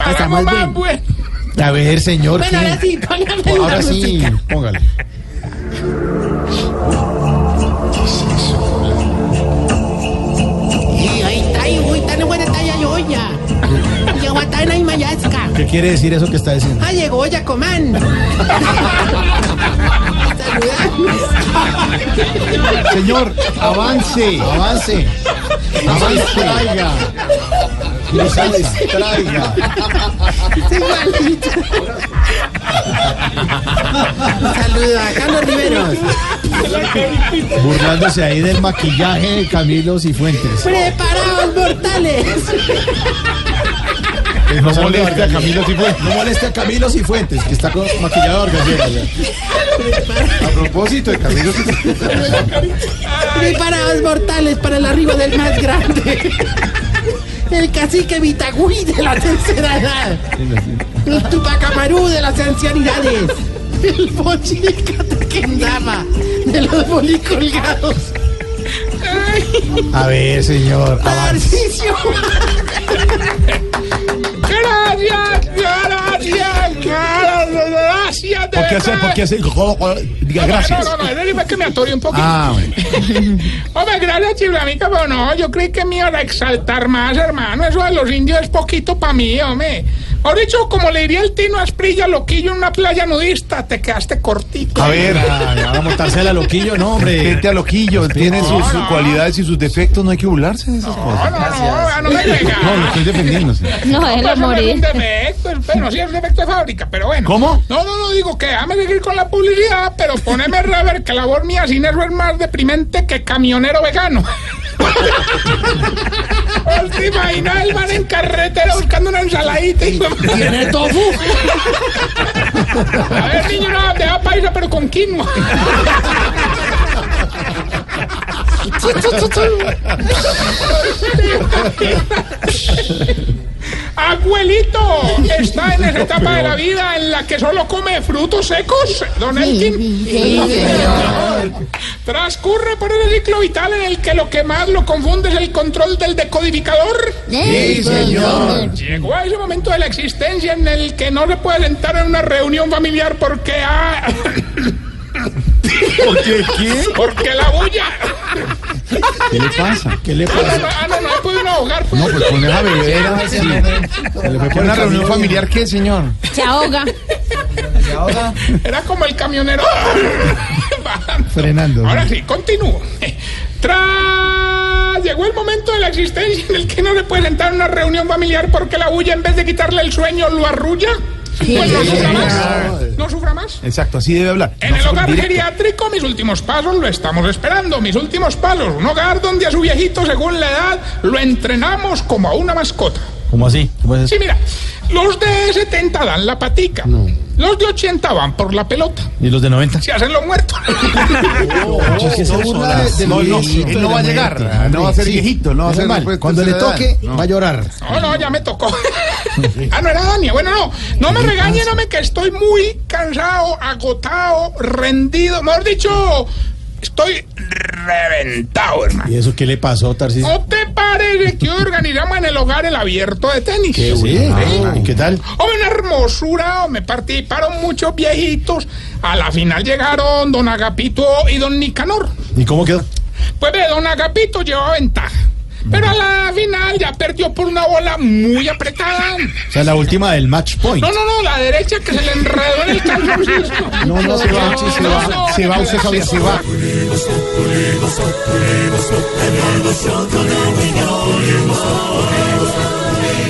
Está muy Hagamos más, bien. pues. A ver, señor. ¿qué? Bueno, ahora sí, póngame la Ahora sí, música. póngale. Y ahí está, y uy, tan buena está ya Loya. Y aguantana y mayasca. ¿Qué quiere decir eso que está diciendo? Ah, llegó ya Comán. Saludamos. Señor, avance, avance. Avance, traiga. Grisales, traiga. Igualito. Saludos a Carlos Riveros. Burlándose ahí del maquillaje de Camilo Cifuentes. Preparados mortales. Eh, No moleste a Camilo Cifuentes. No moleste a Camilo Cifuentes, que está con maquillador. gallego, ya. A propósito de Camilo Cifuentes. Preparados mortales para el arribo del más grande. El cacique Vitagüí de la tercera edad. El Tupacamarú de las ancianidades. El Bochi de Cataquendama. De los bolicolgados. Ay, A ver, señor, avance. Tarcisio. Gracias, gracias, gracias. de ¿Por qué hacer? verdad. ¿Por qué hacer? Diga gracias. No, no, no, déjeme que me atore un poquito. Ah, bueno. Hombre, gracias, Chiflamica, pero no, yo creí que me iba a exaltar más, hermano. Eso de los indios es poquito para mí, hombre. Ahora dicho, como le diría el Tino Asprilla, loquillo en una playa nudista, te quedaste cortito. A ver, a, a montársela a Loquillo, no, hombre. Gente a loquillo, tiene sus, sus cualidades y sus defectos, no hay que burlarse de esas No, cosas. no, no, no me venga. Ah, No, lo estoy defendiendo. sí. No, él Pues, eso es no es un morir. defecto, pero sí es defecto de fábrica, pero bueno. ¿Cómo? No, no, no digo que déjame seguir con la publicidad, pero poneme rever que la voz mía sin eso es más deprimente que camionero vegano. ¿Os ¿Te imaginas el man en carretera buscando una ensaladita? y- Tiene tofu. A ver, niño, no, deja paisa, pero con quinoa. Abuelito, está en esa etapa de la vida en la que solo come frutos secos, don Elkin. Transcurre por el ciclo vital en el que lo que más lo confunde es el control del decodificador. Sí, señor. Llegó a ese momento de la existencia en el que no se puede sentar en una reunión familiar porque ah, ¿Por qué? ¿Qué? porque la bulla ¿Qué le pasa? ¿Qué le pasa? ah, no, no se puede uno ahogar pues. No, pues pones a beber a- sí. Se le fue por ¿Una reunión el camino. familiar qué, señor? Se ahoga. era como el camionero bajando. Frenando. ahora sí continúo Tras- llegó el momento de la existencia en el que no se puede sentar en una reunión familiar porque la bulla en vez de quitarle el sueño lo arrulla pues no sufra más no sufra más Exacto, así debe hablar. En el hogar geriátrico, mis últimos pasos lo estamos esperando. Mis últimos pasos. Un hogar donde a su viejito, según la edad, lo entrenamos como a una mascota. ¿Cómo así? ¿Cómo es Sí, mira, los de 70 dan la patica. Los de 80 van por la pelota. ¿Y los de 90? Se hacen los muertos. No, No, no, él no va a llegar. No va a ser viejito, no va a ser después de Cuando le tercera edad. toque, va a llorar. No, no, ya me tocó. ah, no era Dania. Bueno, no. No me regañen, hombre, que estoy muy cansado, agotado, rendido. Mejor dicho, estoy reventado, hermano. ¿Y eso qué le pasó, Tarcisio? ¿No te parece que hoy organizamos en el hogar el abierto de tenis? ¿Qué, Sí. ¿Y qué tal? Hombre, una hermosura, me participaron muchos viejitos. A la final llegaron don Agapito y don Nicanor. ¿Y cómo quedó? Pues ve, don Agapito llevaba ventaja. Pero a la final ya perdió por una bola muy apretada. O sea, la última del match point. No, no, no, la derecha que se le enredó en el calzoncillo. No, no, se va, se va, se va, usted Javier, se va.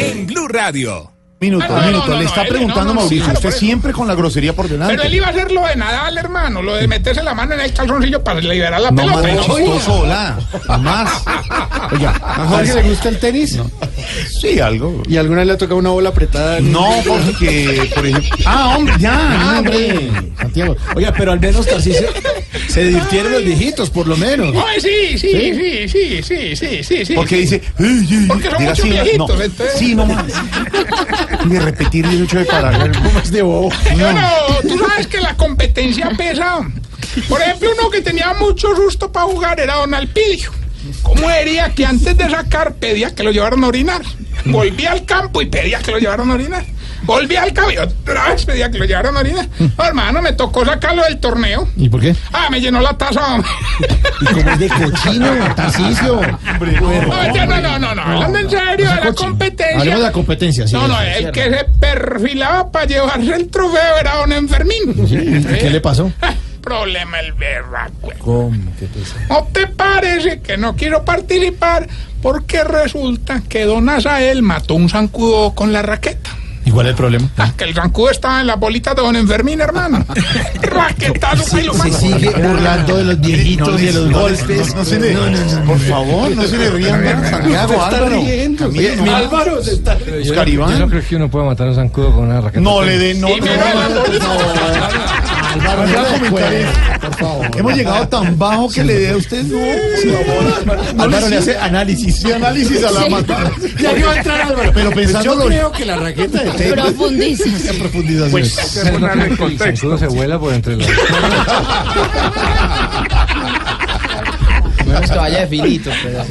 En Blue Radio, Minuto, Ah, no, minuto. no, no, Le no, está él- preguntando no, no, Mauricio, claro, usted por eso. siempre con la grosería por Pero él delante. iba a hacer lo de Nadal, hermano, lo de meterse la mano en el calzoncillo para liberar la No pelota. más y no pudo. chistoso, hola. Más. ¿A Oiga, Jorge le gusta el tenis? sí, algo. ¿Y alguna vez le ha tocado una bola apretada? No, porque, por ejemplo. Ah, hombre, ya. Ah, hombre, Santiago. Oiga, pero al menos Tarcisio se divirtieron los viejitos, por lo menos. Ay, sí, sí, sí, sí, sí, sí, sí, sí. Porque dice. "Ey, ey, ey", Porque son diga muchos así, viejitos, no, entonces. Sí, no más. De repetir el hecho de parar. ¿Cómo es de bobo? Bueno, tú sabes que la competencia pesa. Por ejemplo, uno que tenía mucho susto para jugar era Don Alpidio. ¿Cómo diría que antes de sacar pedía que lo llevaran a orinar? Volvía al campo y pedía que lo llevaran a orinar. Volvía al campo y otra vez pedía que lo llevaran a orinar. No, hermano, me tocó sacarlo del torneo. ¿Y por qué? Ah, me llenó la taza. hombre. ¿Y cómo es de cochino, Tarcisio? No, ya, no, no, no, no. Hablando en serio de la Pues Hablemos de competencia. la competencia, sí. No, no, eh, el que se perfilaba para llevarse el trofeo era Don Enfermín. ¿Y eh. ¿Qué le pasó? Ah, Problema el berraco. ¿Cómo? ¿Qué pasa? ¿No te parece que no quiero participar? Porque resulta que Don Azael mató un zancudo con la raqueta. ¿Y cuál es el problema? Ah, que el zancudo estaba en la bolita de Don Enfermín, hermano. Raquetazo, pa' y lo mató. burlando de los viejitos y de los golpes. No se le, por favor, no se le rían más. Santiago, Álvaro. Camilo, Álvaro se está riendo. Oscar Yo no Iván. creo que uno pueda matar a un zancudo con una raqueta. No le den, no, Y mira, no, no. Álvaro, no no le le juegue, juegue, por favor. Hemos llegado tan bajo que le dé a usted no. Álvaro le hace análisis. De análisis a la matada. Ya iba a entrar Álvaro. Pues Pero pensando yo creo que la raqueta de tenis. Profundizas. Profundización. Pues, Ustedes no creen que el zancudo se vuela por entre las... Menos que vaya de finito. Pero...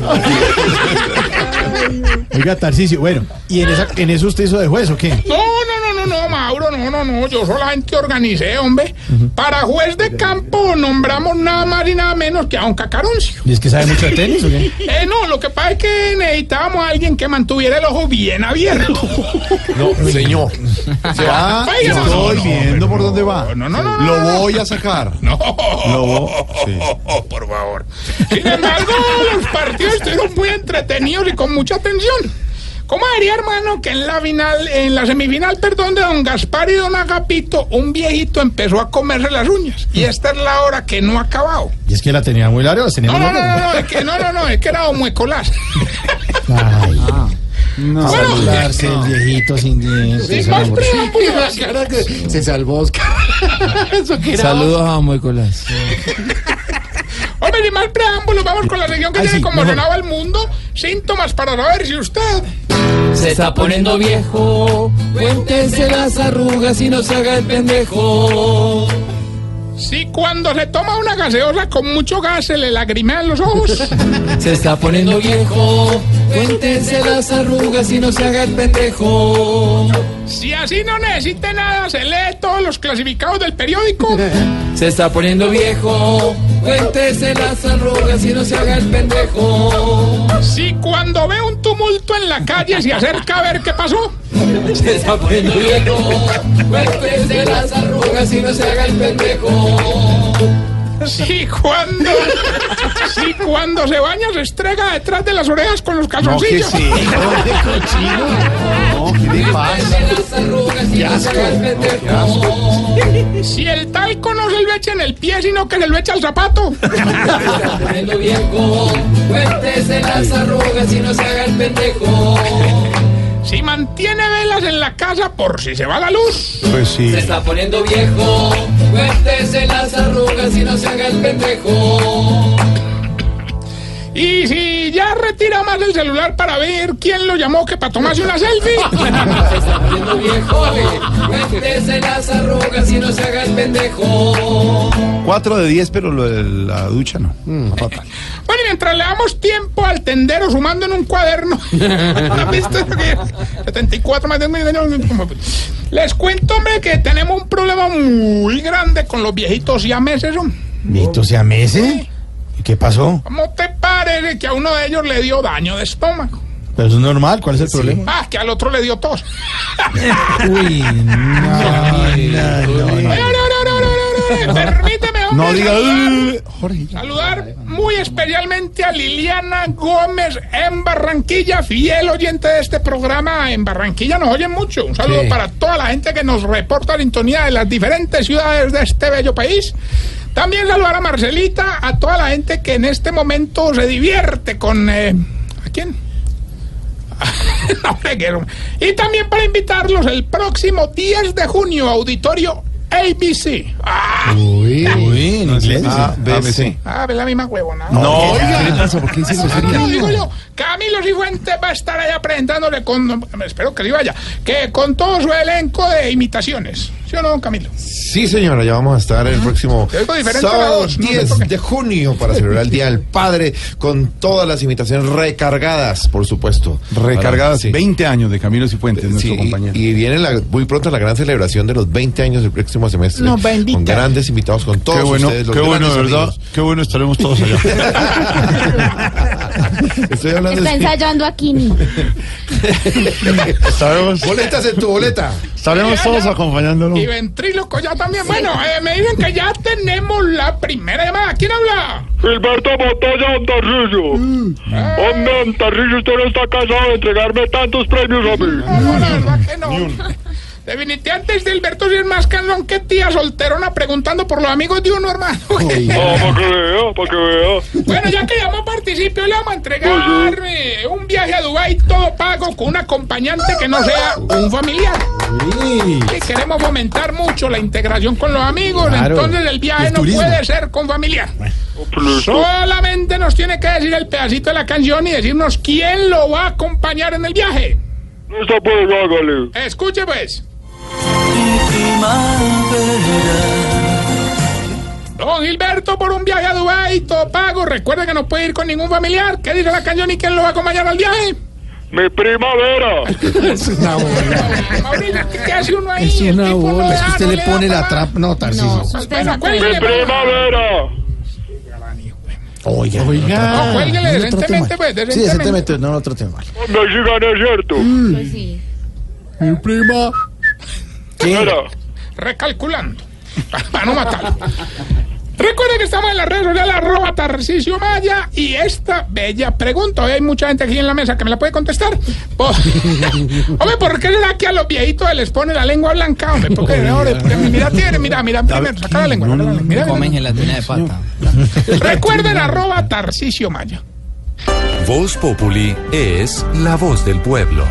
Oiga, Tarcisio, bueno, ¿y en, esa, en eso usted hizo de juez o qué? No, no, no, no, no, Mauro, no, no, no. Yo solamente organicé, hombre. Para juez de campo nombramos nada más y nada menos que a Don Cacaruncio. ¿Y es que sabe mucho de tenis o qué? Eh, no, lo que pasa es que necesitábamos a alguien que mantuviera el ojo bien abierto. No, señor. Se va. Oiga, no, Estoy no, no, viendo por dónde va. No, no, no, no, Lo voy a sacar. No, Lo voy. sí. por favor. Sin embargo, los partidos estuvieron muy entretenidos y con mucha tensión. ¿Cómo haría, hermano, que en la final, en la semifinal, perdón, de don Gaspar y don Agapito, un viejito empezó a comerse las uñas? Y esta es la hora que no ha acabado. Y es que la tenía muy larga, la tenía No, muy no, no, no, larga. no, es que no, no, no, es que era don Muecolás. Ay, no. Bueno. Saludarse el viejito sin dientes. Sin más amor. preámbulos. Se salvó Oscar. Saludos a Moicolás. Hombre, sin más preámbulos, vamos con la región que Ay, tiene sí, conmocionado al mundo. Síntomas para saber si usted. Se está poniendo viejo. Cuéntese las arrugas y no se haga el pendejo. Si cuando se toma una gaseosa con mucho gas se le lagrimean los ojos. Se está poniendo viejo. Cuéntese las arrugas y no se haga el pendejo. Si así no necesita nada, se lee todos los clasificados del periódico. Se está poniendo viejo. Cuéntese las arrugas y no se haga el pendejo. Si cuando ve un tumulto en la calle se acerca a ver qué pasó. Se está poniendo viejo. Cuéntese las arrugas y no se haga el pendejo. Si cuando, si cuando se baña se estrega detrás de las orejas con los No, que calzoncillos. sí. No, qué cochino. No, ¿qué le pasa? Cuéntese las arrugas y no se haga el pendejo. Si el talco no se lo echa en el pie, sino que se lo echa al zapato. poniendo viejo. Cuéntese las arrugas y no se haga el pendejo. Si mantiene velas en la casa por si se va la luz. Pues sí. Se está poniendo viejo. Cuéntese las arrugas y no se haga el pendejo. Y si ya retira más el celular para ver quién lo llamó que para tomarse una selfie. Se está poniendo viejo. Cuéntese las arrugas y no se haga el pendejo. 4 de 10, pero lo de la ducha no. Fatal. Bueno, y mientras le damos tiempo al tendero sumando en un cuaderno. ¿No has visto eso que es? 74 más de un millón, como- Les cuento, hombre, que tenemos un problema muy grande con los viejitos y ¿Viejito se amese? ¿Y qué pasó? ¿Cómo te parece que a uno de ellos le dio daño de estómago? Pero eso es normal, ¿cuál es el problema? Ah, que al otro le dio tos. Uy, no, no, no. Permíteme, No hombre, diga. saludar- "Ugh". Jorge. ya. Saludar muy especialmente a Liliana Gómez en Barranquilla, fiel oyente de este programa. En Barranquilla nos oyen mucho. Un saludo Sí. para toda la gente que nos reporta sintonía de las diferentes ciudades de este bello país. También saludar a Marcelita, a toda la gente que en este momento se divierte con... eh, ¿A quién? No me quiero. y también para invitarlos el próximo 10 de junio, auditorio ABC. Ah, Uy, uy, no inglés. Ah, ABC. ah, es la misma huevona. No, oiga. ¿Qué le pasa? ¿Por qué dice No, no, grosería? no, digo yo, Camilo Cifuentes va a estar allá presentándole con, espero que le vaya, que con todo su elenco de imitaciones. ¿Sí o no, don Camilo? Sí, señora, ya vamos a estar el próximo Te oigo diferente a la sábado voz, no sé 10 por qué. de junio para celebrar el Día del Padre con todas las imitaciones recargadas, por supuesto. Recargadas Sí. 20 años de Camilo Cifuentes, Sí, nuestro y, compañero. y viene la- muy pronto la gran celebración de los 20 años del próximo semestre. Nos bendita. Con grandes invitados, con todos Qué bueno, ustedes. los qué bueno, de grandes verdad. amigos. Qué bueno estaremos todos allá. Estoy hablando Está de... ensayando aquí. ni. estaremos, Boletas en tu boleta. estaremos todos acompañándolo. Y ventríloco ya también. Bueno, eh, me dicen que ya tenemos la primera llamada. ¿Quién habla? Gilberto Montoya Antarrillo. Hombre, Antarrillo, usted no está casado de entregarme tantos premios a mí. No, no, la verdad que no. Definitivamente es de Alberto si es más cansón que tía solterona preguntando por los amigos de uno, hermano. Ah, para que vea, para que vea. Bueno, ya que llamó participio, le vamos a entregar eh, un viaje a Dubái todo pago con un acompañante que no sea un familiar. Que queremos fomentar mucho la integración con los amigos, entonces el viaje el no turismo. puede ser con familiar. Listo. Solamente nos tiene que decir el pedacito de la canción y decirnos quién lo va a acompañar en el viaje. Listo, pues, hágale. Escuche pues. Don Gilberto por un viaje a Dubái, todo pago. Recuerda que no puede ir con ningún familiar. ¿Qué dice la canción y quién lo va a acompañar al viaje? Mi primavera. Mauricio, ¿qué, qué hace uno ahí? Es una El tipo no bola, es da, que usted no le da pone la para- trap. No, Tarcisio. No, ustedes Bueno, acuerdan. Mi cuélguele. primavera. Oiga, No, cuélguele otro tema. decentemente, pues, Sí, decentemente. decentemente, no, no otro tema. Me sigan, es cierto. Pues sí. Mi prima. Mira, Recalculando. Para no matarlo. Recuerda que estamos en las redes sociales, arroba Tarcisio Maya, y esta bella pregunta, hoy hay mucha gente aquí en la mesa que me la puede contestar. Po- hombre, ¿por qué será que a los viejitos les pone la lengua blanca? Hombre, porque mira, tiene, mira, mira, primero, saca la lengua, saca la lengua, mira, mira, mira. gelatina de pata. Recuerden arroba Tarcisio Maya. Voz Populi es la voz del pueblo.